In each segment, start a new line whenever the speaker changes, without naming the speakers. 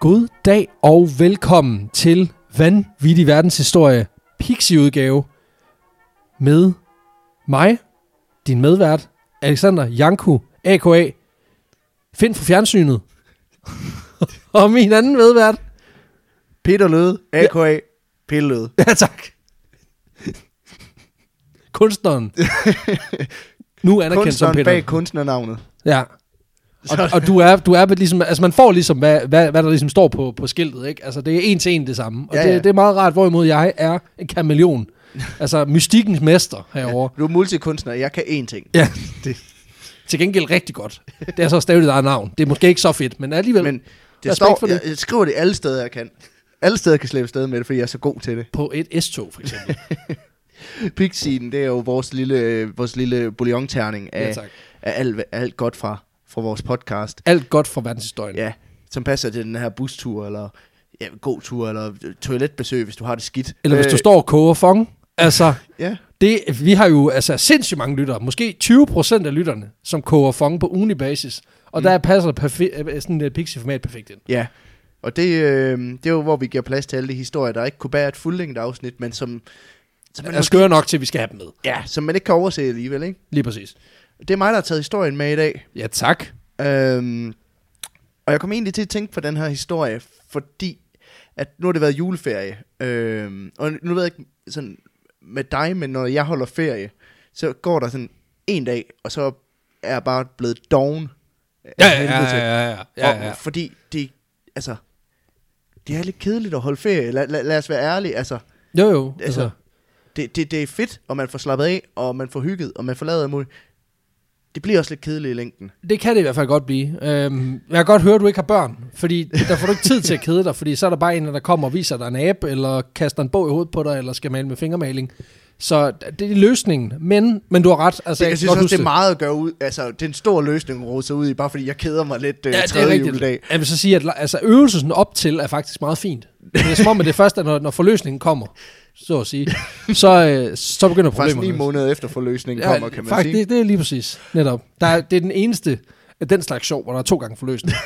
God dag og velkommen til Vanvittig Verdenshistorie Pixie-udgave med mig, din medvært, Alexander Janku, a.k.a. Find for fjernsynet. og min anden medvært.
Peter Løde, a.k.a. Ja. Pille Løde.
Ja, tak. Kunstneren. nu anerkendt som
Kunstneren
Peter.
bag kunstnernavnet.
Ja. Og, og du er, du er ligesom, altså man får ligesom, hvad, hvad, hvad der ligesom står på, på skiltet, ikke? Altså det er en til en det samme. Og ja,
Ja,
det,
ja.
det er meget rart, hvorimod jeg er en kameleon. altså mystikkens mester herovre.
Du er multikunstner, jeg kan én ting.
Ja.
Det-
Til gengæld rigtig godt. Det er så stadig dit eget navn. Det er måske ikke så fedt, men alligevel men...
Men det
Respekt
står,
for det.
jeg, jeg skriver det alle steder, jeg kan. Alle steder kan slippe sted med det, fordi jeg er så god til det.
på et S-tog for eksempel.
Pixien, det er jo vores lille, øh, vores lille bouillon-terning af,
ja,
ja,
tak.
af alt, alt godt fra, fra vores podcast.
Alt godt for verdenshistorien.
Ja, som passer til den her bustur, eller ja, god tur, eller toiletbesøg, hvis du har det skidt.
Eller hvis du
Øh,
står og koger fong. Altså,
Ja,
det, vi har jo altså sindssygt mange lyttere. Måske 20% af lytterne, som koger fong på ugenlig basis. Og mm. der passer perfe- øh, sådan et pixie-format perfekt ind.
Ja, og det, øh, det er jo, hvor vi giver plads til alle de historier, der ikke kunne bære et fuldlængde afsnit, men som, som, man,
er skøre nok til, at vi skal have dem med.
ja, som man ikke kan overse alligevel. Ikke?
Lige præcis.
Det er mig, der har taget historien med i dag.
Ja, tak.
Øhm, og jeg kom egentlig til at tænke på den her historie, fordi at nu har det været juleferie. Øhm, og nu ved jeg ikke sådan med dig, men når jeg holder ferie, så går der sådan en dag, og så er jeg bare blevet doven. af
Ja, ja,
helvede til.
ja, ja, ja, ja, ja.
Og, fordi det, altså, det er lidt kedeligt at holde ferie. Lad, lad, lad os være ærlige. Altså,
Jo, jo.
Altså,
Altså,
det, det, det er fedt, og man får slappet af, og man får hygget, og man får lavet alt muligt. Det bliver også lidt kedeligt i længden.
det kan det i hvert fald godt blive. Øhm, jeg kan godt høre, at du ikke har børn, fordi der får du ikke tid til at kede dig, fordi så er der bare en, der kommer og viser dig en app, eller kaster en bog i hovedet på dig, eller skal male med fingermaling. Så det er løsningen, men, men du har ret. Altså,
Så jeg
kan
synes
godt
også,
huske
det er meget at gøre ud. Altså, det er en stor løsning at rode sig ud i, bare fordi jeg keder mig lidt øh, ja,
det er
tredje juledag.
Jeg vil så sige, at la- altså, øvelsen op til er faktisk meget fint. Men det er som om, at det første, når, når forløsningen kommer, så at sige, så, øh, så begynder
Faktisk
problemerne.
ni måneder efter forløsningen ja, kommer, kan man
faktisk,
sige.
Det, det er lige præcis, netop. Der er, det er den eneste af den slags sjov, hvor der er to gange forløsning.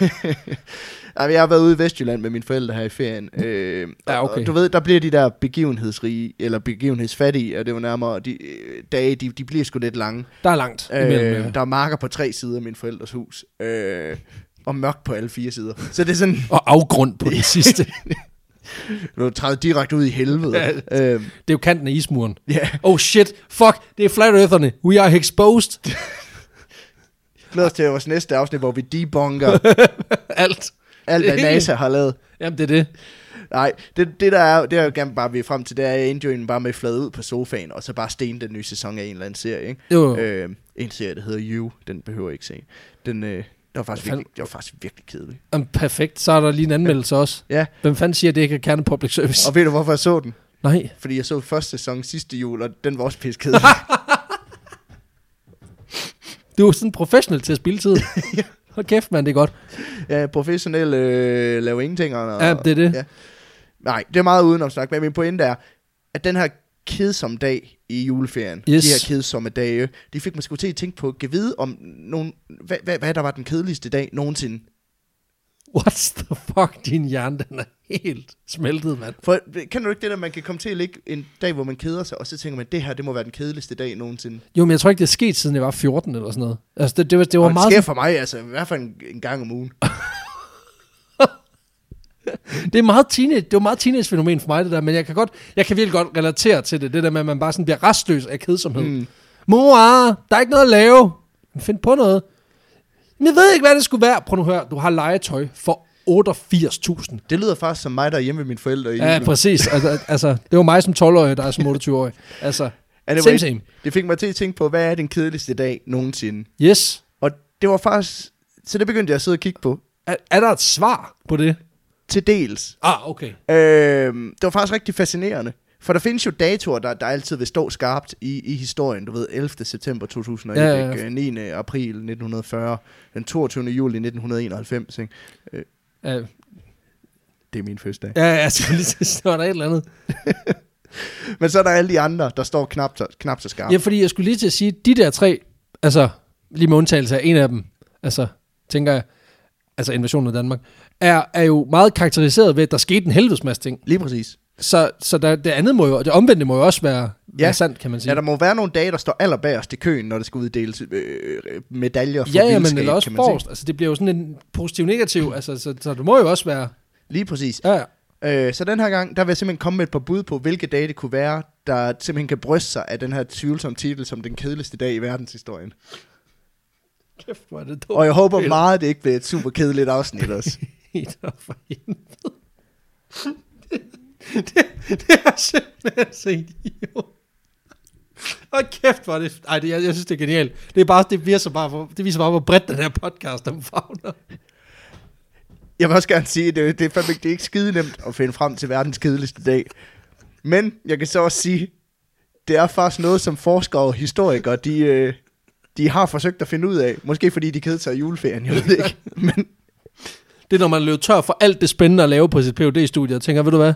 Altså, jeg har været ude i Vestjylland med mine forældre her i ferien. Øh,
Ja,
ja,
okay.
okay. og, du ved, der bliver de der begivenhedsrige, eller begivenhedsfattige, og det er jo nærmere, de øh, dage, de, de bliver sgu lidt lange.
Der er langt øh, imellem.
Øh,
Øh.
der er marker på tre sider af min forældres hus. Øh, og mørkt på alle fire sider. Så det er sådan,
Og afgrund på den sidste.
du er trædet direkte ud i helvede.
Ja.
øh,
det er jo kanten af ismuren.
ja,
Oh shit, fuck, det er flat eartherne. We are exposed.
glæder os til vores næste afsnit, hvor vi debunker
Alt.
alt, hvad NASA har lavet.
Jamen, det er det.
Nej, det, det der er, det er jo gerne bare vi er frem til, det er, at jeg endte jo egentlig bare med flad ud på sofaen, og så bare sten den nye sæson af en eller anden serie, ikke?
Jo, jo.
Øh, en serie, der hedder You, den behøver jeg ikke se. Den, øh, det var faktisk,
Hvad fanden?
virkelig, det var faktisk virkelig kedelig.
Jamen, perfekt. Så er der lige en anmeldelse også.
Ja,
Hvem fanden siger, at det ikke er kerne public service?
og ved du, hvorfor jeg så den?
Nej.
Fordi jeg så første sæson sidste jul, og den var også pisse kedelig.
Du er jo sådan professionel til at spille tid. Hold kæft, mand, det er godt.
ja, professionel øh, laver ingenting. Og,
Ja, det er det.
Ja. Nej, det er meget udenom snak, men min pointe er, at den her kedsomme dag i juleferien,
Yes.
de her kedsomme dage, de fik mig sgu til at tænke på, kan vide om nogen, hvad, hvad, hvad der var den kedeligste dag nogensinde.
What the fuck, din hjerne, den er helt smeltet, mand.
For kan du ikke det der, man kan komme til at ligge en dag, hvor man keder sig, og så tænker man, det her, det må være den kedeligste dag nogensinde.
Jo, men jeg tror ikke, det er sket, siden jeg var 14 eller sådan noget. Altså, det, det, var, det var
og
meget...
det sker for mig, altså, i hvert fald en, en gang om ugen.
Det er meget teenage, det var meget teenage-fænomen for mig, det der, men jeg kan, godt, jeg kan virkelig godt relatere til det, det der med, at man bare sådan bliver restløs af kedsomhed. Mm. Mor, der er ikke noget at lave. Men Find på noget. Men jeg ved ikke, hvad det skulle være. Prøv nu at høre, du har legetøj for 88.000.
Det lyder faktisk som mig, der er hjemme med mine forældre i
Ja,
julen.
præcis. Altså, altså, det var mig som 12-årig, der er som 28-årig. Altså,
det,
same, same.
det fik mig til at tænke på, hvad er den kedeligste dag nogensinde?
Yes.
Og det var faktisk, så det begyndte jeg at sidde og kigge på,
Er, er der et svar på det?
til dels.
Ah, okay.
Øhm, det var faktisk rigtig fascinerende. For der findes jo datoer, der, der altid vil stå skarpt i, i historien. Du ved, 11. september 2001,
Ja, ja, ja.
ja, ja. 9. Øh, april 1940, den 22. juli 1991. Ikke?
Uh,
Det er min første dag.
ja, altså, lige så var der et eller andet.
Men så er der alle de andre, der står knap så, knap så skarpt.
Ja, fordi jeg skulle lige til at sige, de der tre, altså lige med undtagelse af en af dem, altså tænker jeg, altså invasionen af Danmark, er, er jo meget karakteriseret ved, at der skete en helvedes masse ting.
Lige præcis.
Så, så der, det andet må jo, det omvendte må jo også være, ja. være sandt, kan man sige.
Ja, der må være nogle dage, der står allerbærst i køen, når det skal uddeles øh, medaljer for
ja, ja, men
vildskab,
eller også
kan man sige.
forrest. Altså, det bliver jo sådan en positiv-negativ, altså, så, så det må jo også være...
Lige præcis.
Ja, ja.
Øh, så den her gang, der vil jeg simpelthen komme med et par bud på, hvilke dage det kunne være, der simpelthen kan bryste sig af den her tvivlsomme titel som den kedeligste dag i verdenshistorien.
Kæft, hvor er det
Og jeg håber meget, det ikke bliver et super kedeligt afsnit også.
Peter, for helvede. Det, det, det er simpelthen så idiot. Og kæft, hvor er det... Ej, det, jeg, jeg synes, det er genialt. Det, er bare, det, viser bare, hvor, det viser bare, hvor bredt den her podcast omfavner.
Jeg vil også gerne sige, at det, det, er fandme, ikke- det er ikke skide nemt at finde frem til verdens kedeligste dag. Men jeg kan så også sige, det er faktisk noget, som forskere og historikere, de, øh, de har forsøgt at finde ud af. Måske fordi de kedede sig i juleferien, jeg ved det ikke. Men
Det er, når man løber tør for alt det spændende at lave på sit phd studie og tænker, ved du hvad?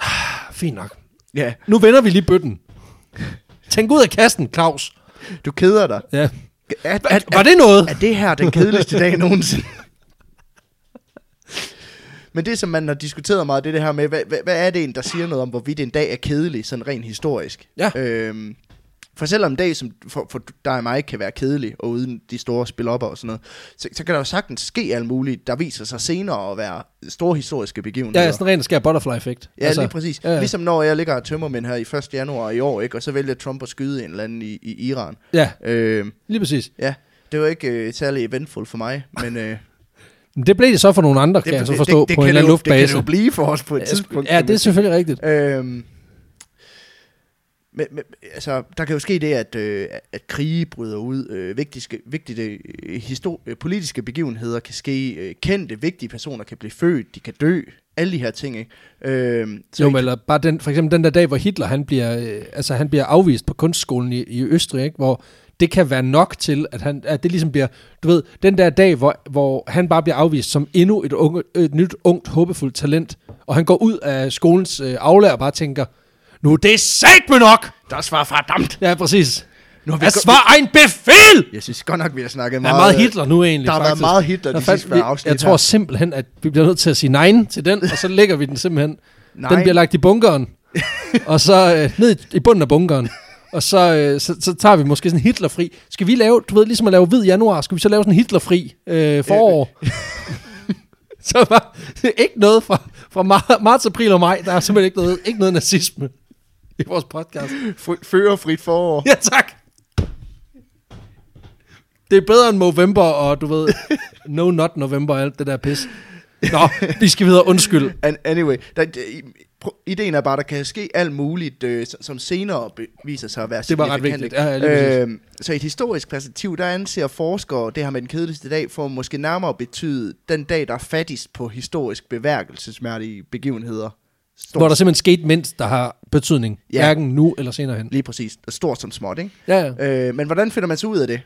Ah, Fint nok.
ja,
Nu vender vi lige bøtten. Tænk ud af kassen, Claus.
du keder dig.
Ja.
Er, er,
Var, var det noget?
er det her den kedeligste dag nogensinde? Men det, som man har diskuteret meget, det er det her med, hvad, hvad, hvad er det en, der siger noget om, hvorvidt en dag er kedelig, sådan rent historisk?
Ja.
Øhm, for selvom en dag, som for, for dig og mig, kan være kedelig, og uden de store spilopper og sådan noget, så, så kan der jo sagtens ske alt muligt, der viser sig senere at være store historiske begivenheder.
Ja, ja, sådan rent skær butterfly-effekt.
Ja, altså, lige præcis.
Ja,
Ja.
ja.
Ligesom når jeg ligger og tømmer men her i 1. januar i år, ikke, og så vælger Trump at skyde en eller anden i, i Iran.
ja,
Øhm,
lige præcis.
Ja, det var ikke øh, særlig eventful for mig, men øh, det,
Men det blev det så for nogle andre, kan jeg så forstå, på en
kan
eller
det
anden
jo, det kan det
luftbase.
jo blive for os på et
Ja,
tidspunkt.
Ja,
kan
det er
man
selvfølgelig rigtigt.
sige. øhm, men, men, altså, der kan jo ske det, at, øh, at krige bryder ud, øh, vigtige, vigtige øh, histor- øh, politiske begivenheder kan ske, øh, kendte, vigtige personer kan blive født, de kan dø, alle de her ting, ikke? Øhm,
Jo, men eller bare den, for eksempel den der dag, hvor Hitler han bliver, øh, altså, han bliver afvist på kunstskolen i, i Østrig, ikke? hvor det kan være nok til, at, han, at det ligesom bliver, du ved, den der dag, hvor, hvor han bare bliver afvist som endnu et, unge, et nyt, ungt, håbefuldt talent, og han går ud af skolens øh, aflærer og bare tænker, nu er det sat med nok!
das var verdammt!
Ja, præcis.
Nu har vi
Das
go-
var ein Befehl!
jeg synes godt nok, vi har snakket
Der
meget... øh,
er meget Hitler nu egentlig,
der har været
faktisk.
meget Hitler de
Der er
sidste par
vi-
afsnit
Jeg
her.
tror simpelthen, at vi bliver nødt til at sige nej til den, og så lægger vi den simpelthen.
Nej.
Den bliver lagt i bunkeren, og så øh, ned i- i bunden af bunkeren. Og så, øh, så, så tager vi måske sådan en Hitlerfri. Skal vi lave, du ved, ligesom at lave hvid januar, skal vi så lave sådan en Hitlerfri øh, forår? så var ikke noget fra, fra mar- marts, april og maj. Der er simpelthen ikke noget, ikke noget nazisme i vores podcast.
Fri- Førerfrit forår.
Ja, tak. Det er bedre end Movember og du ved, No Not November og alt det der pis. Nå, vi skal videre. Undskyld.
An- Anyway, der, der, i- pro- ideen er bare, at der kan ske alt muligt, øh, s- som senere be- viser sig at være
Det var ret
signifikant,
vigtigt.
ikke?
Ja, ja, lige præcis.
øhm, så i et historisk perspektiv, der anser forskere det her med den kedeligste dag for måske nærmere at betyde den dag, der er fattigst på historisk beværkelsesmærdige begivenheder. Stort,
Hvor der simpelthen skete mindst, der har betydning.
Ja.
Ja. Hverken nu eller senere hen.
Lige præcis. Stort som småt, ikke?
Ja, ja.
Øh, men hvordan finder man så ud af det?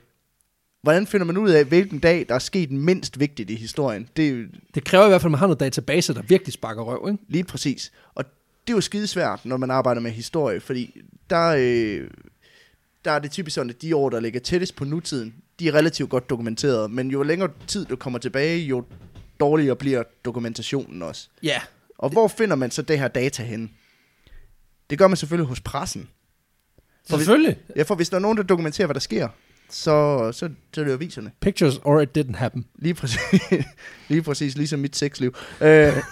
Hvordan finder man ud af, hvilken dag, der er sket mindst vigtigt i historien? Det er jo
Det kræver i hvert fald, at man har noget database, der virkelig sparker røv, ikke?
Lige præcis. Og det er jo skidesvært, når man arbejder med historie, fordi der, øh, der er det typisk sådan, at de år, der ligger tættest på nutiden, de er relativt godt dokumenteret, men jo længere tid du kommer tilbage, jo dårligere bliver dokumentationen også.
Ja.
Og hvor finder man så det her data henne? Det gør man selvfølgelig hos pressen.
Selvfølgelig.
Ja, for hvis der er nogen, der dokumenterer, hvad der sker, så, så, så er det jo aviserne.
Pictures or it didn't happen.
Lige præcis, lige præcis ligesom mit sexliv. Øh, det er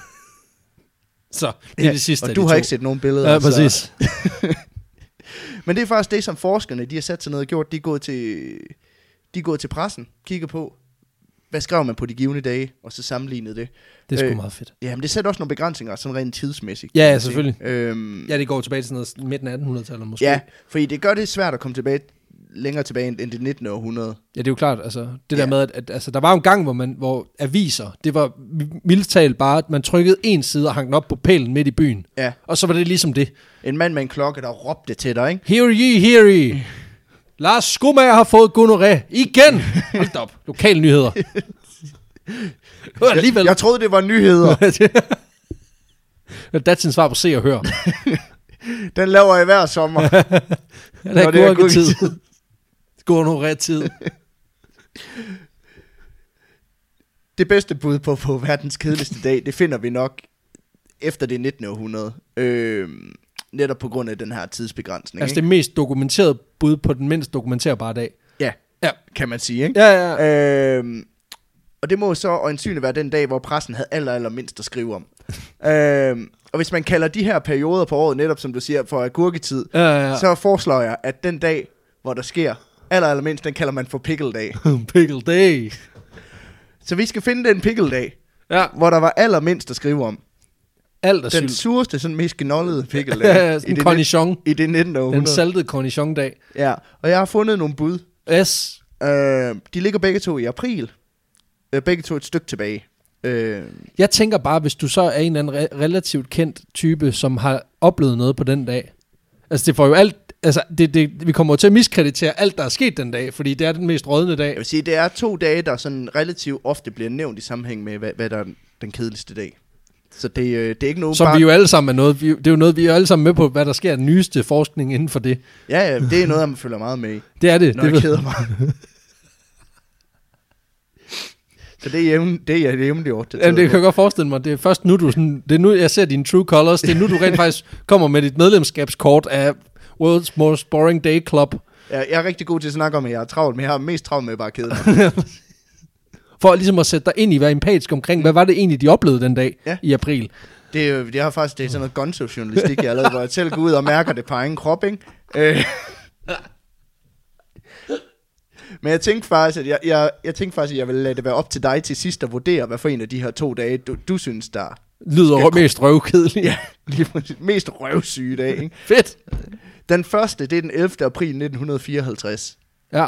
Så det er det sidste af
Og du
de
har
to.
ikke set nogen billeder.
Ja,
så-
præcis.
Men det er faktisk det, som forskerne de har sat sig ned og gjort. De er gået til, de er gået til pressen, kigger på, hvad skrev man på de givende dage, og så sammenlignede det.
Det er sgu
Øh,
meget fedt.
Jamen, det sætter også nogle begrænsninger, sådan rent tidsmæssigt.
Ja,
kan
ja,
man sige.
selvfølgelig.
Øhm, ja.
Ja, det går tilbage til sådan noget midten af 1800-tallet måske.
ja, fordi det gør det svært at komme tilbage længere tilbage end, end det 19. århundrede.
Ja, det er jo klart. Altså, det
Ja.
der med, at, at altså, der var jo en gang, hvor, man, hvor aviser, det var mi- mildt talt bare, at man trykkede en side og hang den op på pælen midt i byen.
Ja,
Og så var det ligesom det.
en mand med en klokke, der råbte til dig, ikke?
Hear ye, hear ye. Lars Skumager har fået gonoré. Igen. Hold da op. Lokale nyheder. Hør alligevel.
Jeg troede, det var nyheder.
Det er sin svar på se og hør.
Den laver jeg hver sommer.
Ja, det
Nå,
er
det er
gurketid. Gonoré-tid.
det bedste bud på, på verdens kedeligste dag, det finder vi nok efter det 19. århundrede. Øh, netop på grund af den her tidsbegrænsning.
Altså
ikke?
det mest dokumenterede bud på den mindst dokumenterbare dag.
Ja,
Ja.
kan man sige. Ikke?
Ja, ja, ja.
Øhm, og det må så øjensynligt være den dag, hvor pressen havde aller, aller mindst at skrive om. øhm, og hvis man kalder de her perioder på året, netop som du siger, for agurketid,
ja, ja,
ja.
ja.
så foreslår jeg, at den dag, hvor der sker aller, aller mindst, den kalder man for pickle-dag.
Pickle day.
Så vi skal finde den pickle-dag,
Ja,
hvor der var aller mindst at skrive om.
alt er
Den
sylt.
sureste, sådan mest genollede pickle-dag.
Ja,
i,
sådan en
det nitten-
cornichon.
I det 19.
Den
århundrede.
saltede cornichon-dag.
Ja, og jeg har fundet nogle bud.
Yes.
Øh, de ligger begge to i april. Øh, begge to et stykke tilbage. Øh,
Jeg tænker bare, hvis du så er en eller anden re- relativt kendt type, som har oplevet noget på den dag. Altså det får jo alt... Altså, det, det, vi kommer jo til at miskreditere alt, der er sket den dag, fordi det er den mest rådende dag.
Jeg vil sige, det er to dage, der sådan relativt ofte bliver nævnt i sammenhæng med, hvad, hvad der er den- den kedeligste dag. Så det, øh, det er ikke nogen
Som
bare...
vi jo alle sammen er noget... Vi, det er jo noget, vi er alle sammen med på, hvad der sker af den nyeste forskning inden for det.
Ja, ja, det er noget, man følger meget med i,
Det er det.
når
det
jeg
ved-
keder mig. Så det er jævn, det er jævnligt ordentligt.
Jamen, det kan jeg godt forestille mig. Det er først nu, du sådan, det er nu, jeg ser dine true colors. Det er nu, du rent faktisk kommer med dit medlemskabskort af World's Most Boring Day Club.
jeg, jeg er rigtig god til at snakke om, at jeg er travlt, men jeg har mest travlt med bare at kede mig.
For ligesom at sætte dig ind i, være empatisk omkring, hvad var det egentlig, de oplevede den dag
Ja.
ja. i april.
Det, er jo- det er faktisk det er sådan noget gonzo-journalistik, jeg har lavet, hvor jeg selv går ud og mærker det på egen krop, ikke? Øh. Men jeg tænkte faktisk, at jeg, jeg, jeg tænkte faktisk, at jeg ville lade det være op til dig til sidst at vurdere, hvad for en af de her to dage, du, du synes, der er
Lyder
Skal-
Skal... mest røvkedeligt. Ja.
lige præcis mest røvsyge dag. Ikke?
Fedt.
Den første, det er den 11. april 1954.
Ja.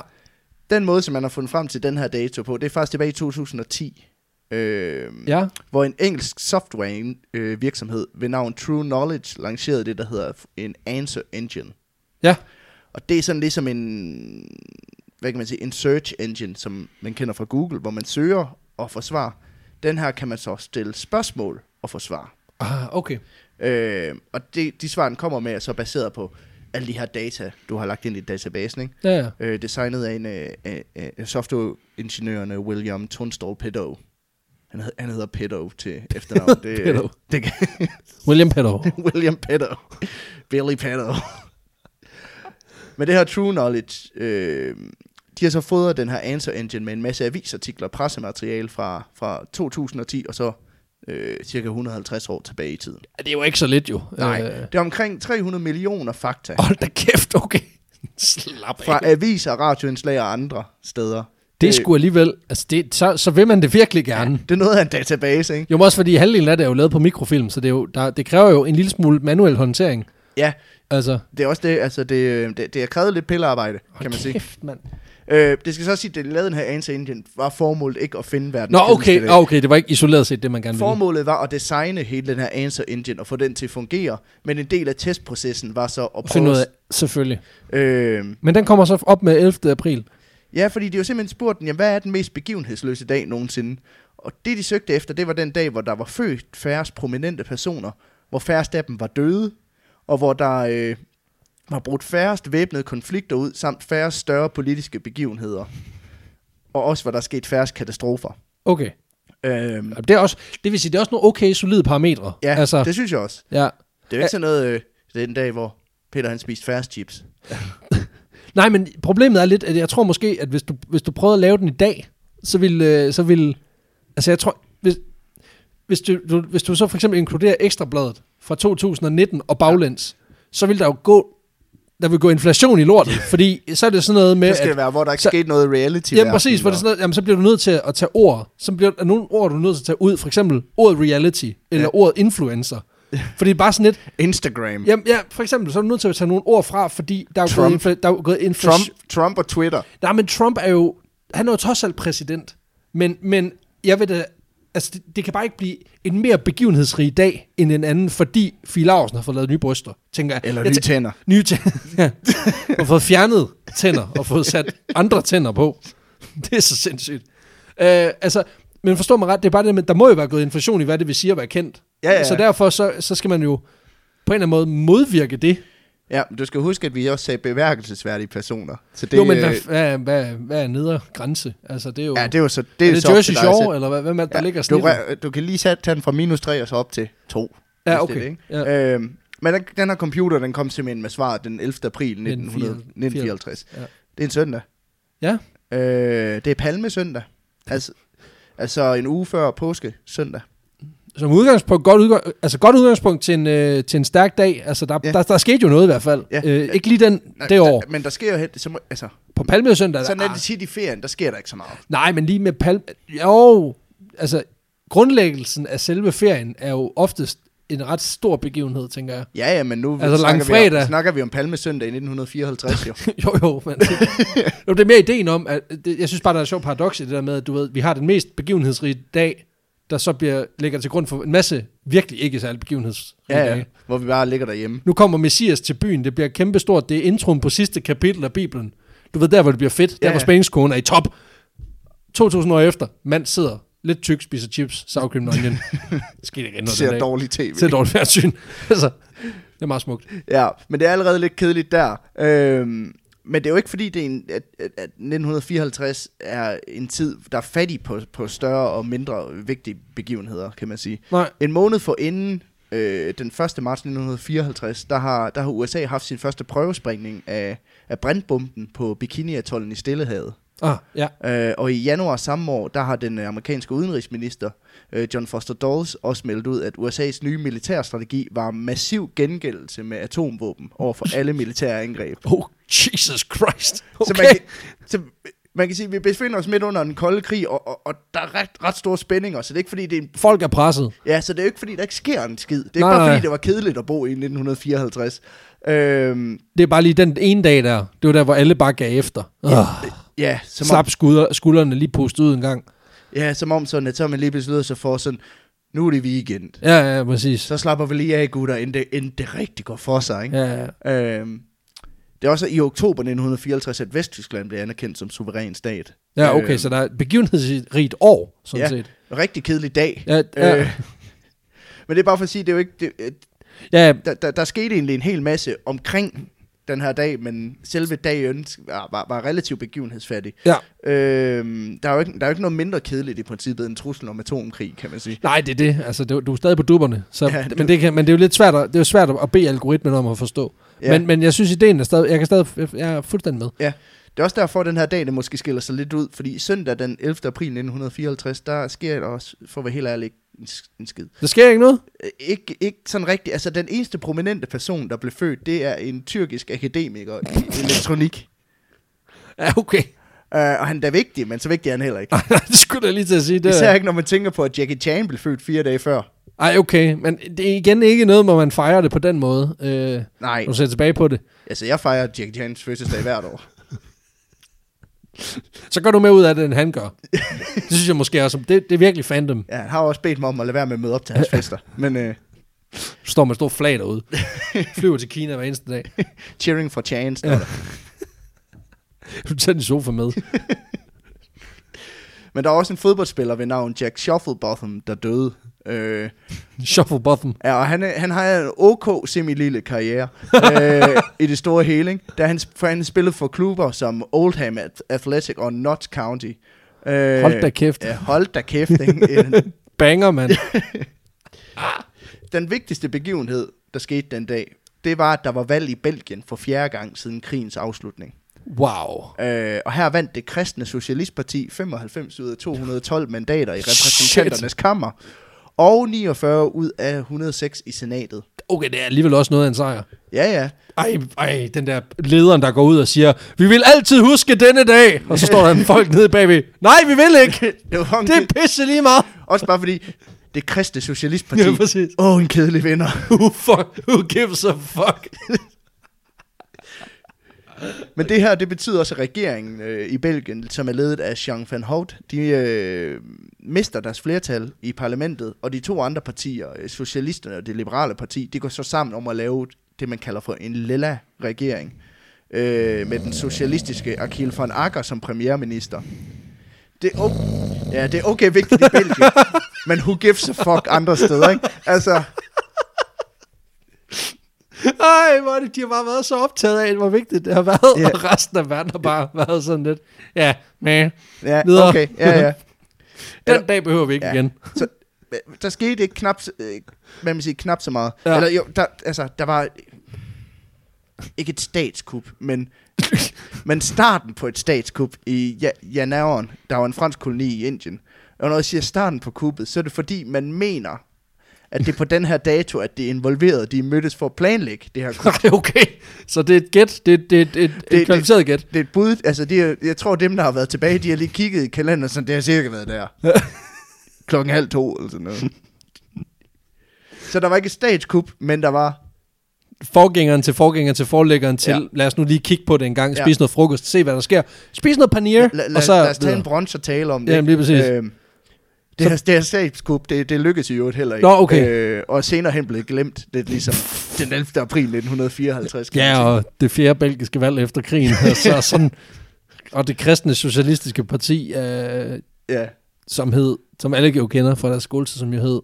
Den måde, som man har fundet frem til den her dato på, det er faktisk tilbage i 2010. Øh,
ja.
hvor en engelsk software øh, virksomhed ved navn True Knowledge lancerede det, der hedder en answer engine.
Ja.
Og det er sådan ligesom en, hvad kan man sige, en search engine, som man kender fra Google, hvor man søger og får svar. Den her kan man så stille spørgsmål og få svar.
Ah, okay.
Øh, og det, de svar, den kommer med, er så baseret på alle de her data, du har lagt ind i databasen, ikke?
Ja, ja.
Øh, designet af en øh, øh, øh, softwareingeniøren William Tunstall Pedow. Han, hed, han hedder Pedow til efternavn. Det, øh,
Pedow.
det, kan-
William Petter.
William Pedow. Billy Pedow. Men det her True Knowledge, øh, de har så fodret den her Answer Engine med en masse avisartikler, pressemateriale fra, fra 2010 og så øh, cirka 150 år tilbage i tiden.
Ja, det var ikke så lidt jo.
Nej,
Øh,
det er omkring 300 millioner fakta
hold da kæft, okay. Slap af.
fra øh, aviser, radioindslag og andre steder.
Det er sgu alligevel... Altså, det, så, så vil man det virkelig gerne.
Det er noget af en database, ikke?
Jo, men også fordi halvdelen af det er jo lavet på mikrofilm, så det, er jo, der, det kræver jo en lille smule manuel håndtering.
Ja,
Altså,
det er også det, altså det, øh, det, det har krævet lidt pillearbejde, kan man sige.
kæft, mand.
Øh, det skal så sige, at det lavede den her Answer Engine, var formålet ikke at finde verden.
Nå, okay, Ah, okay, det var ikke isoleret set, det man gerne ville.
Formålet var at designe hele den her Answer Engine og få den til at fungere, men en del af testprocessen var så at
Og Finde
prøve...
ud af, selvfølgelig.
Øh,
Men den kommer så op med 11. april.
ja, fordi de jo simpelthen spurgte den, jamen, hvad er den mest begivenhedsløse dag nogensinde? Og det, de søgte efter, det var den dag, hvor der var født færrest prominente personer, hvor færrest af dem var døde, og hvor der øh, var brugt færrest væbnede konflikter ud, samt færrest større politiske begivenheder. Og også, hvor der er sket færrest katastrofer.
Okay.
Øhm,
Det, er også, det vil sige, det er også nogle okay, solide parametre.
ja,
altså,
det synes jeg også.
ja.
Det er jo ikke sådan noget, øh, det er den dag, hvor Peter han spiste færre chips.
Nej, men problemet er lidt, at jeg tror måske, at hvis du, hvis du prøvede at lave den i dag, så ville... øh, Så ville altså, jeg tror... Hvis, hvis, du, du, hvis du så for eksempel inkluderer ekstrabladet fra 2019 og baglæns, så vil der jo gå... Der vil gå inflation i lortet, fordi så er det sådan noget med...
Det skal
at-
det være, hvor der ikke
så-
skete noget reality
Jamen præcis, hvor det er sådan noget, jamen, så bliver du nødt til at tage ord. Så bliver der nogle ord, du er nødt til at tage ud. For eksempel ordet reality, eller
Ja.
ja. ordet influencer. Fordi det er bare sådan lidt,
Instagram,
jamen, ja, for eksempel, så er du nødt til at tage nogle ord fra, fordi der er jo
Trump.
gået, infla- der er jo gået inflation.
Trump, Trump og Twitter.
Nej, men Trump er jo, han er jo trods alt præsident. Men, men jeg ved da, altså det, det, kan bare ikke blive en mere begivenhedsrig dag, end en anden, fordi Fie Larsen har fået lavet nye bryster, tænker jeg.
Eller
jeg
nye
tæ-
tænder.
Nye tænder, ja. Og fået fjernet tænder, og fået sat andre tænder på. Det er så sindssygt. Øh, altså, men forstår mig ret, det er bare det, med, der må jo være gået inflation i, hvad det vil sige at være kendt.
Ja, ja.
Så derfor så, så skal man jo på en eller anden måde modvirke det.
Ja, du skal huske, at vi også sagde beværkelsesværdige personer. Så
Det, jo, men hvad,
øh,
hvad, hvad, hvad er nedre grænse? Altså, det er jo...
Ja, det er jo så...
det er,
så
det
op
Jersey
til dig
Shore,
selv.
eller hvad, hvem er det, der ja, ligger
du,
snittet?
rø- du kan lige sætte tage den fra minus 3 og så op til 2.
Ja, okay.
Det, ikke?
Ja.
Ja. Øhm, men den, den her computer, den kom simpelthen med svaret den 11. april 1900 1954.
Ja.
Ja. Det er en søndag.
Ja.
Øh, det er palmesøndag. Altså, altså en uge før påske søndag.
Som udgangspunkt, godt, udgang, altså godt udgangspunkt til en, øh, til en stærk dag. Altså, der, ja.
Ja.
der, der skete jo noget i hvert fald. Ja.
Ja.
Øh, ikke lige den, det år. ah.
Der, men der sker jo... helt- Så må, altså,
På Palmesøndag,
sådan
der,
er det tit i ferien, der sker der ikke så meget.
Nej, men lige med palm... Jo, altså grundlæggelsen af selve ferien er jo oftest en ret stor begivenhed, tænker jeg.
Ja, ja, men nu
Altså,
snakker, vi
langfredag.
om, snakker vi om palmesøndag i 1954, jo.
Jo, jo, men... jo, det er mere ideen om, at det, jeg synes bare, der er et sjovt paradoks i det der med, at du ved, vi har den mest begivenhedsrige dag, der så bliver, ligger til grund for en masse virkelig ikke særlig begivenhedsrige
ja, ja,
dage.
hvor vi bare ligger derhjemme.
Nu kommer Messias til byen, det bliver kæmpestort, det er introen på sidste kapitel af Bibelen. Du ved, der hvor det bliver fedt, der
Ja,
hvor
ja.
spændingskonen er i top. 2000 år efter, mand sidder lidt tyk, spiser chips, sour cream and onion. Skete ikke noget den
Ser
dag.
dårlig tv.
Selv dårligt fjernsyn. altså, det er meget smukt.
Ja, men det er allerede lidt kedeligt der. Øhm, men det er jo ikke fordi, det er en, at, at, at 1954 er en tid, der er fattig på, på større og mindre vigtige begivenheder, kan man sige.
Nej,
En måned for inden øh, den 1. marts 1954, der har, der har USA haft sin første prøvesprængning af, af brintbomben på Bikini-atollen i Stillehavet.
ah, ja.
Øh, og i januar samme år, der har den øh, amerikanske udenrigsminister øh, John Foster Dulles også meldt ud, at USA's nye militærstrategi var massiv gengældelse med atomvåben over for alle militære angreb.
Oh, Jesus Christ. Okay.
Så, man kan, så man kan sige, at vi befinder os midt under den kolde krig, og, og, og der er ret, ret store spændinger, så det er ikke fordi, det er en,
Folk er presset.
ja, så det er jo ikke fordi, der ikke sker en skid. Det er
Nej,
ikke bare
nej.
fordi, det var kedeligt at bo i 1954. Øhm,
Det er bare lige den ene dag der. Det var der, hvor alle bare gav efter. Oh,
ja, som om,
slap skulder, skuldrene lige pustet ud en gang.
ja, som om sådan, at så er man lige besluttet sig for sådan, nu er det weekend.
Ja, ja, præcis.
så slapper vi lige af, gutter, inden det, inden det rigtig går for sig. Ikke?
Ja, ja.
Ja. Øhm, det er også i oktober 1954, at Vesttyskland blev anerkendt som suveræn stat.
ja okay,
Øhm,
så der er et begivenhedsrigt år, sådan
ja.
set.
en Rigtig kedelig dag.
Ja, ja.
Øh, men det er bare for at sige, det er jo ikke, det, øh,
Ja,
der, der, der skete egentlig en hel masse omkring den her dag, men selve dagen var, var, var relativt begivenhedsfattig.
ja.
Øhm, der, er jo ikke, der er jo ikke noget mindre kedeligt i princippet end truslen om atomkrig, kan man sige.
Nej, det er det. Altså, det, du er stadig på dupperne. Så, ja,
Ja,
men, det kan, men det er jo lidt svært at, det er jo svært at bede algoritmen om at forstå. Ja.
Ja.
Men, men jeg synes, ideen er stadig... Jeg, kan stadig, jeg, jeg er fuldstændig med.
Ja, det er også derfor, at den her dag, det måske skiller sig lidt ud, fordi søndag den 11. april 1954, der sker der også, for at være helt ærlig, ikke en, sk- en skid.
Der sker ikke noget?
Øh, Ikke, ikke sådan rigtigt, altså den eneste prominente person, der blev født, det er en tyrkisk akademiker i elektronik.
Ja, okay.
Uh, og han er da vigtig, men så vigtig er han heller ikke.
Nej, det skulle jeg lige til at sige. Det
Især ikke, når man tænker på, at Jackie Chan blev født fire dage før.
Ej, okay. Men det er igen ikke noget, hvor man fejrer det på den måde. Øh,
Nej,
når du ser tilbage på det.
altså jeg fejrer Jackie Chans fødselsdag hvert år.
Så gør du mere ud af det, end han gør. det synes jeg måske også. Det, det er virkelig fandom.
Ja, han har også bedt mig om at lade være med at møde op til hans fester. Men uh,
Du står med et stort flag derude. Flyver til Kina hver eneste dag.
cheering for Chan står der.
Du tager din sofa med.
Men der er også en fodboldspiller ved navn Jack Shufflebotham, der døde. Øh,
Shuffle bottom.
ja, og han, er- han har en ok semi-lille karriere øh, i det store hele. ikke? Da han, for han spillede for klubber som Oldham At- Athletic og Notts County. Øh,
Hold da kæft.
Ja, hold da kæft. Ikke?
Banger, mand.
den vigtigste begivenhed, der skete den dag, det var, at der var valg i Belgien for fjerde gang siden krigens afslutning.
Wow.
Øh, og her vandt det kristne socialistparti 95 ud af 212 mandater i repræsentanternes kammer, og 49 ud af 106 i senatet.
Okay, det er alligevel også noget af en sejr.
Ja, ja.
Ej, ej, den der lederen, der går ud og siger, vi vil altid huske denne dag. Og så står der en folk nede bagved, nej, vi vil ikke.
Det var en
Det er pisse lige meget.
Også bare fordi, det kristne socialistparti.
Ja, præcis.
Åh, oh, en kedelig vinder.
Who, fuck, who gives a fuck?
Men det her, det betyder også, at regeringen øh, i Belgien, som er ledet af Jean van Hout, de øh, mister deres flertal i parlamentet, og de to andre partier, øh, Socialisterne og det Liberale Parti, de går så sammen om at lave det, man kalder for en lilla regering, øh, med den socialistiske Akil von Akker som premierminister. Det er okay, ja, det er okay vigtigt i Belgien, men who gives a fuck andre steder, ikke? Altså,
Ej, hvor er det, de har bare været så optaget af, hvor vigtigt det har været,
Ja.
yeah. og resten af verden har bare været sådan lidt, ja, men
Ja,
Videre.
okay. Ja, ja.
den dag behøver vi ikke
Ja.
igen.
Så, øh, der skete ikke knap, så- øh, hvad man siger, knap så meget.
Ja.
Ja. Eller jo, der, altså, der var ikke et statskup, men, men starten på et statskup i ja, Janaveren, der var en fransk koloni i Indien. Og når jeg siger starten på kuppet, så er det fordi, man mener, at det er på den her dato, at det involverede, de mødtes for at planlægge det her kup.
Nej, okay. Så det er et gæt, det er et, det er et, et, det, et
det-
kvalificeret gæt.
Det er et bud, altså de, er- jeg tror dem, der har været tilbage, de har lige kigget i kalenderen, sådan, det har cirka været der. Klokken halv to, eller sådan noget. Så der var ikke et statskup, men der var,
Forgængeren til forgængeren til forlæggeren til, ja.
Ja.
lad os nu lige kigge på det en gang,
Ja.
spise noget frokost, se hvad der sker. Spis noget panier,
la, la,
og så...
lad os tage
videre.
en brunch og tale om det.
Jamen, lige præcis.
Øhm, det, her, det her statskup, det, det lykkedes i øvrigt heller ikke.
Nå, okay.
Øh, og senere hen blev glemt, det er ligesom den 11. april 1954. kan man
Ja,
sige.
og det fjerde belgiske valg efter krigen, altså sådan, og det kristne socialistiske parti, øh,
ja.
som hed, som alle jo kender fra deres skoletid, som jo hed,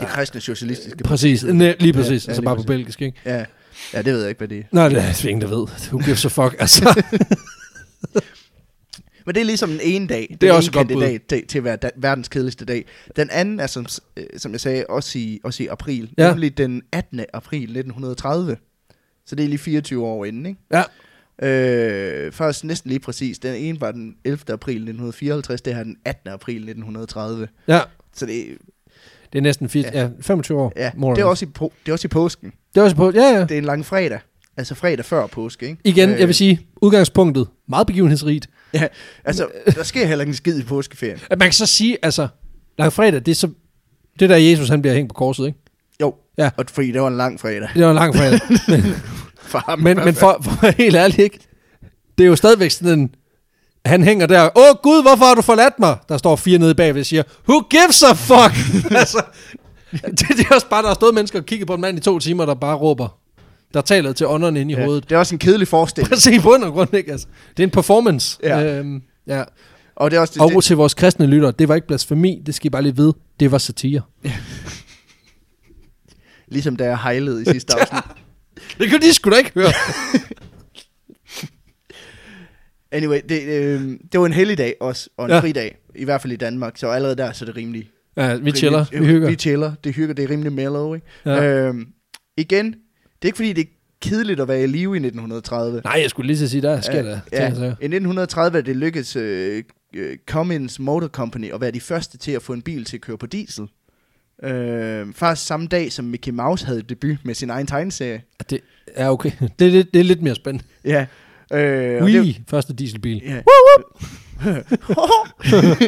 Det kristne socialistiske.
præcis, næ, lige præcis, ja,
ja,
altså
lige
bare på
præcis.
belgisk, ikke?
Ja. ja, det ved jeg ikke, hvad det er.
Nej, det er altså ingen, der ved. Who gives a fuck, altså.
Men det er ligesom den ene dag. Den
Det er også
ene
et godt bud.
kandidat til, til at være da, verdens kedeligste dag. Den anden er, som, øh, som jeg sagde, også i, også i april.
Ja.
Ja. Nemlig den 18. april 1930. Så det er lige 24 år inden, ikke?
Ja.
Øh, først næsten lige præcis. Den ene var den 11. april 1954, det her er den 18. april 1930.
ja,
Så det,
det er næsten fire, ja.
Ja.
ja, 25 år.
ja,
more or
det, er
less.
også i po- det er også i påsken.
det er også på, ja, ja.
Det Øh. er en lang fredag. Altså fredag før påske, ikke?
Igen, jeg vil sige, udgangspunktet, meget begivenhedsrigt.
Ja, altså, der sker heller ikke en skid i påskeferien.
At man kan så sige, altså, langfredag, det er så, det der Jesus, han bliver hængt på korset, ikke?
Jo,
Ja.
ja. og fordi det var en lang fredag.
Det var en lang fredag.
For ham,
Men, men for, for helt ærligt ikke, det er jo stadigvæk sådan en, han hænger der, åh gud, hvorfor har du forladt mig? Der står fire nede bagved og siger, who gives a fuck? altså, det, det er også bare, der har stået mennesker og kigget på en mand i to timer, der bare råber, der taler til ånderne ind i ja. hovedet.
Det er også en kedelig forestilling.
Præcis, i bund og grund, ikke? Altså, det er en performance.
Ja.
Øhm, ja.
Og det er også det,
Og
det,
til vores kristne lytter, det var ikke blasfemi, det skal I bare lige vide, det var satire.
ligesom da jeg hejlede i sidste afsnit.
Det kunne de sgu da ikke høre.
Anyway, det, øh, det var en helligdag også, og en
Ja.
ja. fridag, i hvert fald i Danmark, så allerede der, så er det rimelig... øh,
ja, vi chiller, vi
Vi
hygger.
chiller, det hygger, det er rimelig mellow, ikke?
Ja.
Ja. Øhm, igen, det er ikke fordi, det er kedeligt at være i live i 1930.
Nej, jeg skulle lige til at sige, der sker der.
ja.
Ja.
I 1930 er det lykkedes øh, øh, Cummins Motor Company at være de første til at få en bil til at køre på diesel. Øh, faktisk samme dag, som Mickey Mouse havde debut med sin egen tegneserie.
Det, ja, okay. Det er, lidt, det er lidt mere spændende.
Ja. Øh, og
Wii,
det-
det... første dieselbil.
Ja.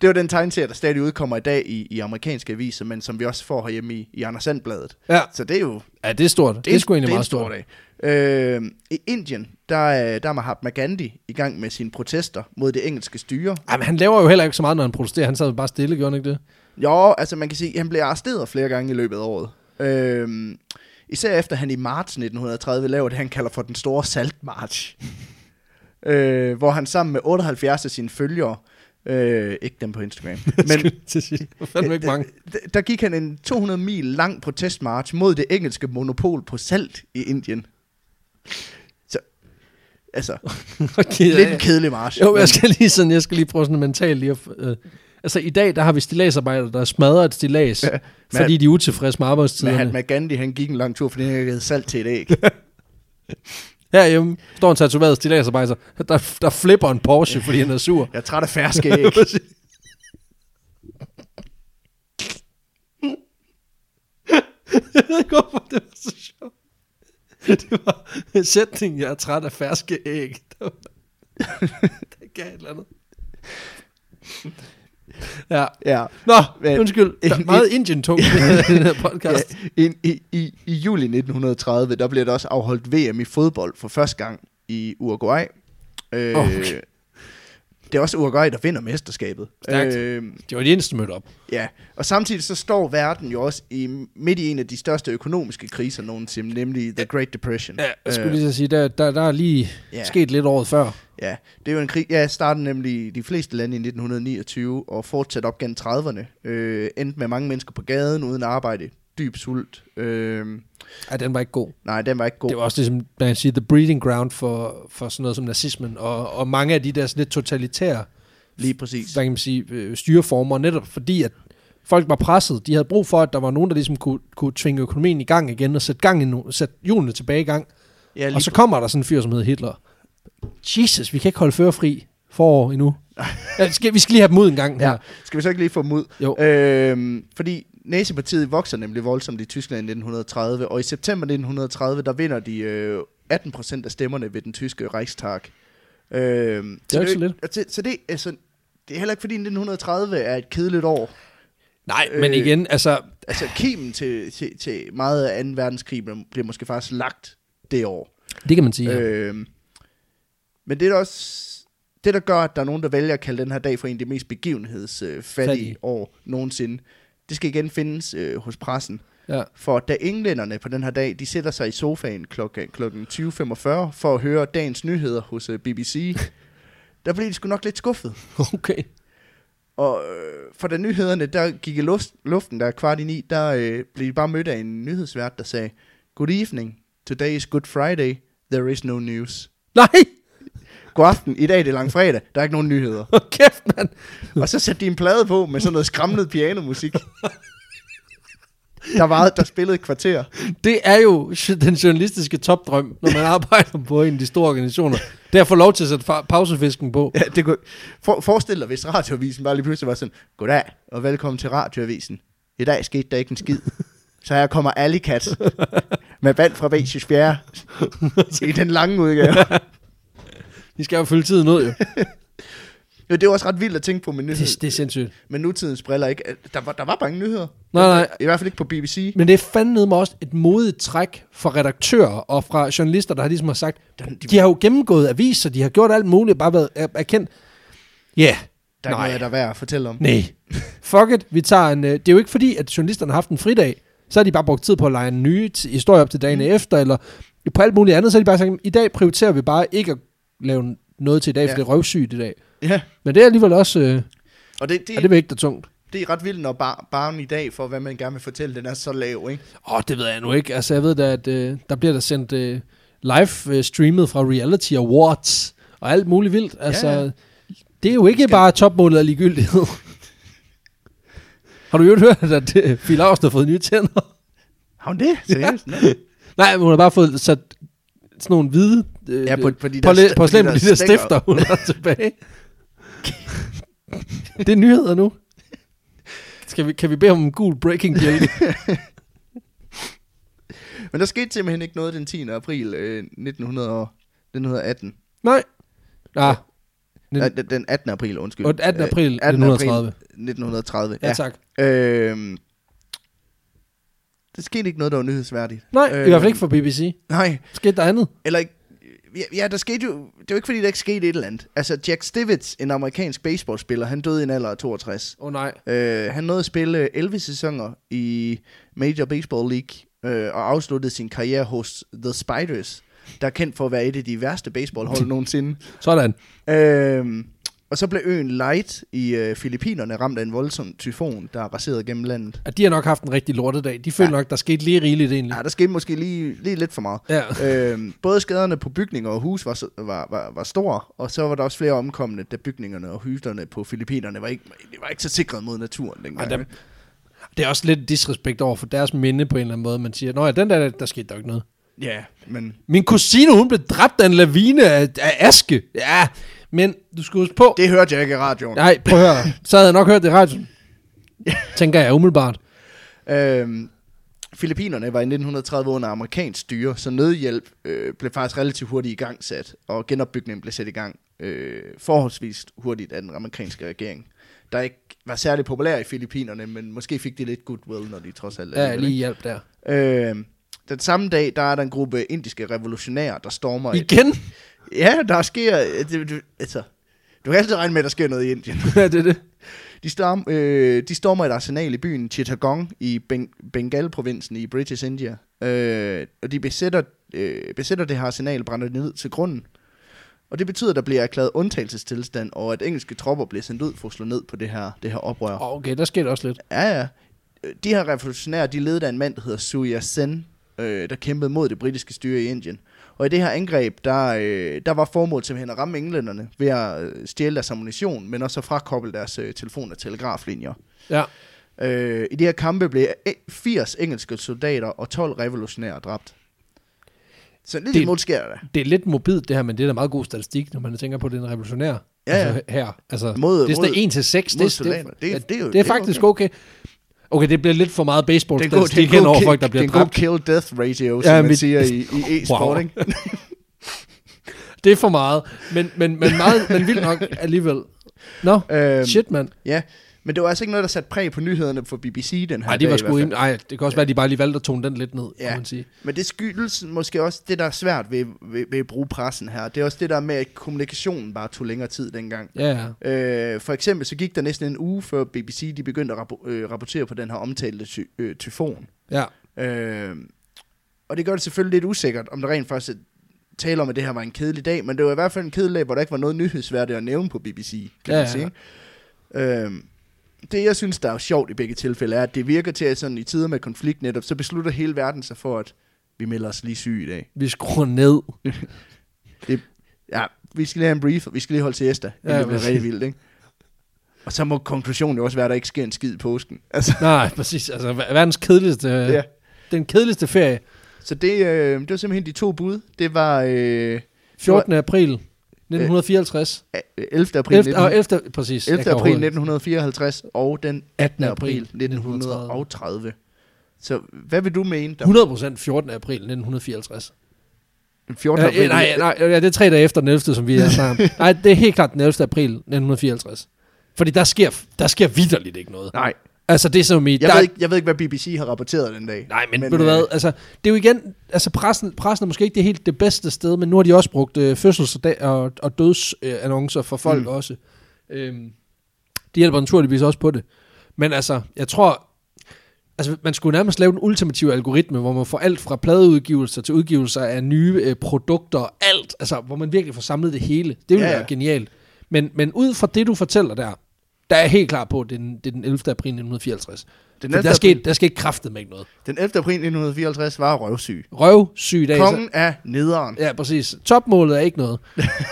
det var den tegneserie, der stadig udkommer i dag i, i amerikanske aviser, men som vi også får herhjemme i, i Anders Sandbladet.
Ja.
Så det er jo...
ja, det er stort. Det, det er sgu egentlig meget stort.
dag. Øh, I Indien, der, er- der er Mahatma Gandhi i gang med sine protester mod det engelske styre.
Ej, men han laver jo heller ikke så meget, når han protesterer. Han sad bare stille, gjorde han ikke det?
Jo, altså man kan sige, at han blev arresteret flere gange i løbet af året. Øh, især efter han i marts 1930 laver det, han kalder for den store saltmarch. øh, hvor han sammen med 78 af sine følgere, øh, ikke dem på Instagram, men
til sidst. Det var fandme ikke mange.
d- der gik han en 200 mil lang protestmarch mod det engelske monopol på salt i Indien. Så, altså,
Okay, ja,
lidt
ja.
en kedelig march.
Jo,
men-
jeg skal lige sådan, jeg skal lige prøve sådan mentalt lige at... Øh. Altså, i dag, der har vi stilagsarbejdere, der smadrer et stilags, ja,
men-
fordi de er utilfredse med arbejdstiderne.
Mahatma Gandhi, han gik en lang tur, fordi han havde givet salt til et æg.
Herhjemme står en tatoveret stilagsarbejder, der, der flipper en Porsche, fordi han er sur.
Jeg er træt af ferske æg.
Jeg ved ikke, hvorfor det var så sjovt. Det var en sætning, jeg er træt af ferske æg. Det, var, det gav et eller andet. Ja.
Ja.
Nå,
Men-
undskyld. Der er meget indien tog i den her podcast.
Ja, i, i, i, I juli 1930, der bliver der også afholdt VM i fodbold for første gang i Uruguay. Øh,
Okay.
Det er også Uruguay, der vinder mesterskabet.
Stærkt.
Øh,
Det var de eneste mødte op.
ja. Og samtidig så står verden jo også i, midt i en af de største økonomiske kriser nogensinde, nemlig The Great Depression. Øh,
Ja, jeg skulle lige så sige, der, der, der er lige
Ja.
sket lidt året før.
Ja, det er jo en krig, ja, startede nemlig i de fleste lande i 1929 og fortsatte op gennem 30'erne. Øh, endte med mange mennesker på gaden uden arbejde, dyb sult. Øh,
Ja, den var ikke god.
nej, den var ikke god.
Det var også ligesom, man kan sige, the breeding ground for, for sådan noget som nazismen, og, og mange af de der sådan lidt totalitære
Lige præcis.
hvad kan man sige, øh, styreformer, netop fordi, at folk var presset. De havde brug for, at der var nogen, der ligesom kunne, kunne tvinge økonomien i gang igen, og sætte, gang i no- sætte hjulene tilbage i gang.
Ja, lige
Og så kommer der sådan en fyr, som hedder Hitler. Jesus, vi kan ikke holde førerfri forår endnu. ja, vi, skal, vi skal lige have dem ud en gang her.
Ja. Skal vi så ikke lige få dem ud?
Jo.
Øhm, fordi nazipartiet vokser nemlig voldsomt i Tyskland i 1930, og i september 1930, der vinder de øh, 18 procent af stemmerne ved den tyske Reichstag. Øhm, det
ikke så lidt.
Så, så det, altså, det er heller ikke fordi 1930 er et kedeligt år.
Nej, men
Øh.
igen, altså,
Altså kimen til, til, til meget af 2. verdenskrig bliver- bliver måske faktisk lagt det år.
det kan man sige. Øh.
Øhm, men det er da også det, der gør, at der er nogen, der vælger at kalde den her dag for en af de mest begivenhedsfattige
Fattige.
år nogensinde. Det skal igen findes øh, hos pressen.
Ja.
For da englænderne på den her dag, de sætter sig i sofaen klokken, klokken 20.45 for at høre dagens nyheder hos øh, BBC, der blev de sgu nok lidt skuffet.
Okay.
Og øh, for da nyhederne, der gik i luft, luften, der er kvart i ni, der øh, blev de bare mødt af en nyhedsvært, der sagde, Good evening, today is Good Friday, there is no news.
Nej!
God aften, i dag er det langfredag, der er ikke nogen nyheder.
Hvor kæft, mand!
Og så satte de en plade på med sådan noget skramlet pianomusik. Der, var, der spillede et kvarter.
Det er jo den journalistiske topdrøm, når man arbejder på en af de store organisationer. Det er at få lov til at sætte fa- pausefisken på.
Ja, det kunne, for, forestil dig, hvis radioavisen bare lige pludselig var sådan, goddag og velkommen til radioavisen. I dag skete der ikke en skid. Så her kommer Alicat med vand fra Basius Bjerre i den lange udgave.
De skal jo fylde tiden ud, jo.
Jo, det er jo også ret vildt at tænke på med, nyhed,
Det, det er sindssygt.
med nutidens briller. Ikke? At Der, var, der var mange nyheder.
Nej, nej.
I hvert fald ikke på BBC.
Men det er fandme mig også et modigt træk fra redaktører og fra journalister, der har ligesom har sagt, de har jo gennemgået aviser, de har gjort alt muligt, bare været er- erkendt. Ja, yeah.
Der er
nej,
noget, der er værd at fortælle om.
nej. Fuck it, vi tager en... øh, Det er jo ikke fordi, at journalisterne har haft en fridag, så har de bare brugt tid på at lege en ny t- historie op til dagen mm. efter, eller på alt muligt andet, så har de bare sagt, i dag prioriterer vi bare ikke at lave noget til i dag,
Ja.
for det er røvsygt i dag.
Ja.
Men det er alligevel også... Øh,
Og det, det,
er det vægt og tungt?
Det er ret vildt, når bar, barn i dag for, hvad man gerne vil fortælle, den er så lav, ikke?
Åh, oh, det ved jeg nu ikke. Altså, jeg ved da, at øh, der bliver der sendt øh, live øh, streamet fra Reality Awards og alt muligt vildt. Altså,
Ja,
ja,
ja.
det er jo ikke
Skal-
bare topmålet af ligegyldighed. har du jo hørt, at øh, Fie Lausten har fået nye tænder?
Har hun det? Seriøst? Ja,
Nej, men hun har bare fået sat sådan nogle hvide øh,
ja på,
på,
på, de
på,
st-
på, slem, de der stifter, hun har tilbage. det er nyheder nu. Skal vi, kan vi bede om en gul breaking bjælke?
Men der skete simpelthen ikke noget den 10. april øh, 1900 og- 1918.
Nej. Ah, Den-
Den, den, den 18. april, undskyld.
Og den 18.
Øh,
april 1930.
1930,
ja, tak.
Øhm, der skete ikke noget, der var nyhedsværdigt. Øhm,
Nej, øh, i hvert fald ikke for BBC.
Nej,
Skete der andet?
eller ikke... Ja, ja, der skete jo... Det var ikke, fordi der ikke skete et eller andet. Altså, Jack Stivitz, en amerikansk baseballspiller, han døde i en alder af 62.
Åh oh, nej.
Øh, han nåede at spille 11 sæsoner i Major Baseball League øh, og afsluttede sin karriere hos The Spiders, der er kendt for at være et af de værste baseballhold nogensinde.
Sådan.
Øh, og så blev øen Light i øh, Filippinerne ramt af en voldsom tyfon, der raserede gennem landet.
At de har nok haft en rigtig lortedag. De føler ja. nok, der skete lige rigeligt egentlig.
Ja, der skete måske lige, lige lidt for meget.
Ja.
øhm, både skaderne på bygninger og hus var, så- var, var, var store, og så var der også flere omkomne, da bygningerne og husene på Filippinerne var ikke, det var ikke så sikret mod naturen
Ej,
dengang.
der, det er også lidt disrespekt over for deres minde på en eller anden måde. Man siger, nå ja, den der, der skete der ikke noget.
Ja, men
Min kusine, hun blev dræbt af en lavine af, af aske. Ja, men du skal huske på. Det...
det hørte jeg ikke i radioen.
Nej, prøv at høre. Så havde jeg nok hørt det i radioen. Tænker jeg umiddelbart.
Øhm, Filippinerne var i 1930 under amerikansk styre, så nødhjælp øh, blev faktisk relativt hurtigt i gang sat, og genopbygningen blev sat i gang øh, forholdsvis hurtigt af den amerikanske regering, der ikke var særlig populær i Filippinerne, men måske fik de lidt goodwill, når de trods alt...
Ja,
alligevel,
lige hjælp der.
ikke? Øhm, den samme dag, der er der en gruppe indiske revolutionærer, der stormer... et-
Igen?
Ja, der sker... Det, det, altså, du kan altid regne med, at der sker noget i Indien.
ja, det er det.
De, storm, øh, de stormer et arsenal i byen Chittagong i Beng- Bengal-provinsen i British India. Øh, og de besætter, øh, besætter det her arsenal og brænder det ned til grunden. Og det betyder, at der bliver erklæret undtagelsestilstand, og at engelske tropper bliver sendt ud for at slå ned på det her, det her oprør.
Åh, Okay, der skete også lidt.
Ja, ja. øh, de her revolutionære, de ledte af en mand, der hedder Surya Sen, øh, der kæmpede mod det britiske styre i Indien. Og i det her angreb, der, øh, der var formålet simpelthen at ramme englænderne ved at øh, stjæle deres ammunition, men også at frakoble deres øh, telefon- og telegraflinjer.
Ja.
Øh, I de her kampe blev øh, 80 engelske soldater og 12 revolutionære dræbt. Så en lille
Det-
smule sker der.
Det er lidt mobilt det her, men det er da meget god statistik, når man tænker på, at det er en revolutionær.
Ja,
Altså, her. Altså,
Mod-
det er sådan
mod-
1 til 6.
mod
Det, det,
soldater. Det er-
ja,
det er jo-
det
det
er
er
faktisk okay. Okay, det bliver lidt for meget baseball
Det er en god, det er
statistik
en
hen
god,
over
ki-
folk, der
det er
bliver
en god
dræbt.
kill-death ratio, som
Ja,
ja, man
men-
siger i, i
Wow.
e-sport, ikke?
Det er for meget, men, men, men, meget, men vildt nok alligevel. Nå,
Øhm,
shit, mand.
Ja, men det var altså ikke noget, der satte præg på nyhederne for BBC den
Nej, det
her
var
dag, i hvert
sgu
fald.
ikke. Nej, det kan også være, at de bare lige valgte at tone den lidt ned, ja.
Ja.
kan man sige.
Men det skyldes måske også det, der er svært ved, ved, ved at bruge pressen her. Det er også det der med, at kommunikationen bare tog længere tid dengang.
Ja, ja.
Øh, for eksempel så gik der næsten en uge før BBC de begyndte at rap- øh, rapportere på den her omtalte ty- øh, tyfon.
ja.
Øh, og det gør det selvfølgelig lidt usikkert, om der rent faktisk taler om, at det her var en kedelig dag, men det var i hvert fald en kedelig dag, hvor der ikke var noget nyhedsværdigt at nævne på BBC, kan
Ja,
ja, man
ja.
sige. Øh, det, jeg synes, der er jo sjovt i begge tilfælde, er, at det virker til, at sådan i tider med konflikt netop, så beslutter hele verden sig for, at vi melder os lige syge i dag.
Vi skruer ned.
Ja, vi skal lige have en brief, og vi skal lige holde siesta. Ja,
Ja,
det bliver
præcis.
rigtig vildt, ikke? Og så må konklusionen jo også være, at der ikke sker en skid i påsken. Altså,
Nej, præcis. Altså, ver- verdens kedeligste...
ja.
Ja. Den kedeligste ferie.
Så det, øh, det var simpelthen de to bud. Det var øh,
14. april 1954.
11. april
Efter, og efter, præcis. jeg
11.
kan
april
overhovedet ikke.
1954 og den 18. april
1930.
1930. Så hvad vil du mene? Der
100 procent 14. april 1954.
den 14.
Ja,
april?
nej, nej, ja, det er tre dage efter den 11. som vi er sammen. nej, det er helt klart den 11. april 1954. Fordi der sker, der sker vidderligt ikke noget.
nej.
Altså det er som i...
Jeg,
der,
ved ikke, jeg ved ikke, hvad BBC har rapporteret den dag.
Nej, men,
Men,
men ved du
øh,
hvad, altså, det er jo igen, altså pressen, pressen er måske ikke det helt det bedste sted, men nu har de også brugt øh, fødsels- og, da- og, og dødsannoncer øh, for folk
Mm.
mm. også. Øhm, det hjælper naturligvis også på det. Men altså, jeg tror, altså man skulle nærmest lave den ultimative algoritme, hvor man får alt fra pladeudgivelser til udgivelser af nye øh, produkter, alt, altså hvor man virkelig får samlet det hele. Det ville
Ja,
ja,
ja.
ja. være genialt. Men, men ud fra det, du fortæller der, der er jeg helt klar på, at det er den, det er den 11. april 1954.
Den
Den 11.
11.
Der,
april-
skete, der skete kraftet med ikke noget
Den 11. april 1954 var røvsyg.
røvsyg dag. så-
Kongen af nederen.
Ja, præcis. Topmålet er ikke noget.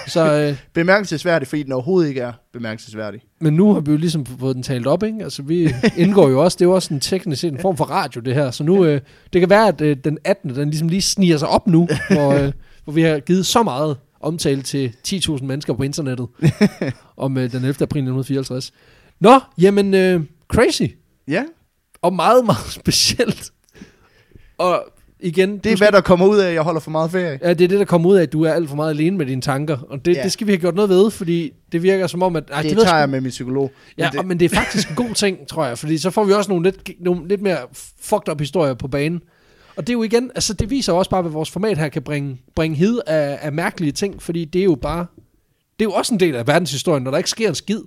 Så, øh,
Bemærkelsesværdig, fordi den overhovedet ikke er bemærkelsesværdig.
men nu har vi jo ligesom fået den talt op, ikke? Altså, vi indgår jo også, det er jo også en teknisk set en form for radio, det her. Så nu, øh, det kan være, at øh, den 18. den ligesom lige sniger sig op nu, hvor, øh, hvor vi har givet så meget omtale til 10.000 mennesker på internettet om øh, den 11. april 1954. Nå, jamen, øh, crazy.
Ja,
Og meget, meget specielt. Og igen,
det er hvad der kommer ud af, at jeg holder for meget ferie.
Ja, det er det, der kommer ud af, at du er alt for meget alene med dine tanker. Og det,
Ja.
ja. det skal vi have gjort noget ved, fordi det virker som om, at... Ej,
Det
ved
tager
sgu-
jeg med min psykolog.
Ja,
Men
det...
det,
men det er faktisk en god ting, tror jeg. Fordi så får vi også nogle lidt, nogle lidt mere fucked up historier på banen. Og det er jo igen... Altså, det viser jo også bare, hvad vores format her kan bringe, bringe hid af, af mærkelige ting. Fordi det er jo bare... Det er jo også en del af verdenshistorien, når der ikke sker en skid.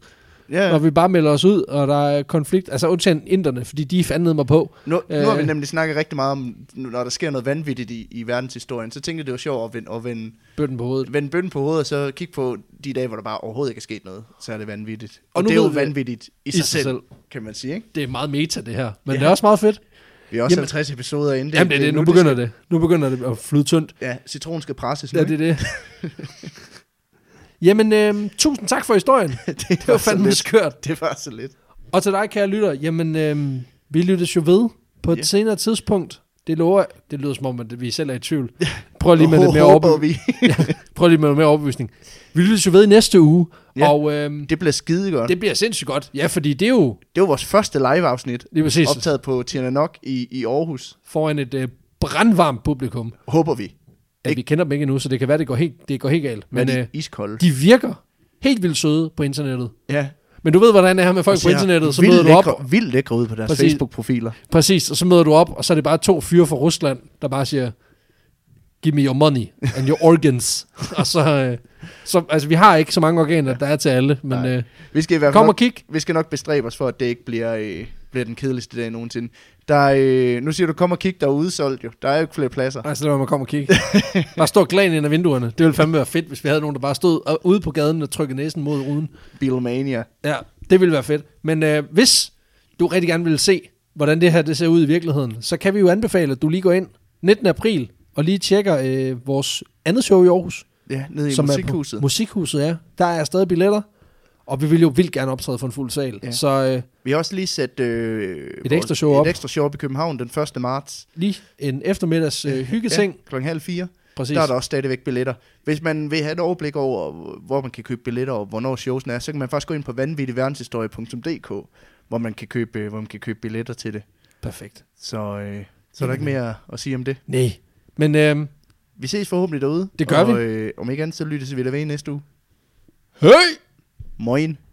Ja. Når
ja.
vi bare melder os ud, og der er konflikt. Altså, undtagen inderne, fordi de er fandme mig på.
Nu, nu har vi
Øh.
nemlig snakket rigtig meget om, når der sker noget vanvittigt i, i verdenshistorien, så tænkte jeg, det var sjovt at vende, at vende
Bøtten på hovedet.
vende bønden på hovedet, og så kigge på de dage, hvor der bare overhovedet ikke er sket noget, så er det vanvittigt. Og, og
Og nu
det er jo
ved vi-
vanvittigt i, sig, selv, selv, kan man sige, ikke?
Det er meget meta, det her. Men
Ja.
ja. det er også meget fedt.
Vi er også Jamen,
Jamen-
50 episoder inde.
Jamen, det er det. Nu begynder det. Nu begynder det at flyde tyndt.
skal- Ja, citronen skal presses nu,
Ja, det er det. jamen, øh, tusind tak for historien.
det
Det var fandme
lidt.
skørt.
Det var så lidt.
Og til dig, kære lytter, jamen, øh, vi lyttes jo ved på et
Ja.
yeah. senere tidspunkt. Det lover jeg. Det lyder som om, at vi selv er i tvivl. Prøv lige med lidt mere,
Håber
overbe-
vi.
Prøv lige med lidt mere overbevisning. Vi lyttes jo ved i næste uge,
Ja.
ja. og øh,
Det bliver skide godt. Det,
det bliver sindssygt godt. Ja, fordi det er jo
det var vores første live-afsnit,
lige præcis
optaget på Tiananok i, i Aarhus.
foran et øh, brandvarmt publikum.
Håber vi.
Ja,
Ikke-
vi kender dem ikke endnu, så det kan være, det går helt, det går helt galt.
Men
Men øh,
de iskolde.
de virker helt vildt søde på internettet.
ja.
Men du ved, hvordan det Altså, er med folk på
ser
internettet, så
vildt
møder du op,
lækre, Vildt lækre ud på deres
Præcis.
Facebook-profiler.
Præcis, og så møder du op, og så er det bare to fyre fra Rusland, der bare siger, give me your money and your organs. og så, øh, så, altså vi har ikke så mange organer, der er til alle, men
Nej.
øh,
Vi skal i hvert fald
kom og kig.
vi skal nok bestræbe os for, at det ikke bliver, øh, bliver den kedeligste dag nogensinde. Der er, øh, nu siger du, kom og kig, der er udsolgt jo. Der er jo ikke flere pladser.
Altså, det var, man kom og kigge. Bare stå glan ind ad vinduerne. Det ville fandme være fedt, hvis vi havde nogen, der bare stod og- ude på gaden og trykkede næsen mod ruden.
Beatlemania.
Ja, det ville være fedt. Men øh, hvis du rigtig gerne ville se hvordan det her det ser ud i virkeligheden, så kan vi jo anbefale, at du lige går ind 19. april og lige tjekker øh, vores andet show i Aarhus,
Ja, nede i
som
musikhuset.
Er på, musikhuset er. Der er stadig billetter, og vi vil jo vildt gerne optræde for en fuld sal.
Ja.
Ja. Så øh,
Vi har også lige sat øh, vores-
ekstra show op.
et ekstra show op i København den 1. marts.
lige en eftermiddags øh, hyggeting. Ja.
klokken halv fire.
Præcis.
Der er der også stadigvæk billetter. Hvis man vil have et overblik over, hvor man kan købe billetter og hvornår showsen er, så kan man faktisk gå ind på vanvittigverdenshistorie.dk, hvor man kan købe, øh, hvor man kan købe billetter til det.
Perfekt.
Så, øh, så er der ikke mere at sige om det.
Nej. Men øh,
Vi ses forhåbentlig derude.
Det gør
og,
vi.
Øh, om ikke andet, så lyttes vi der ved i næste uge.
høj!
Moin.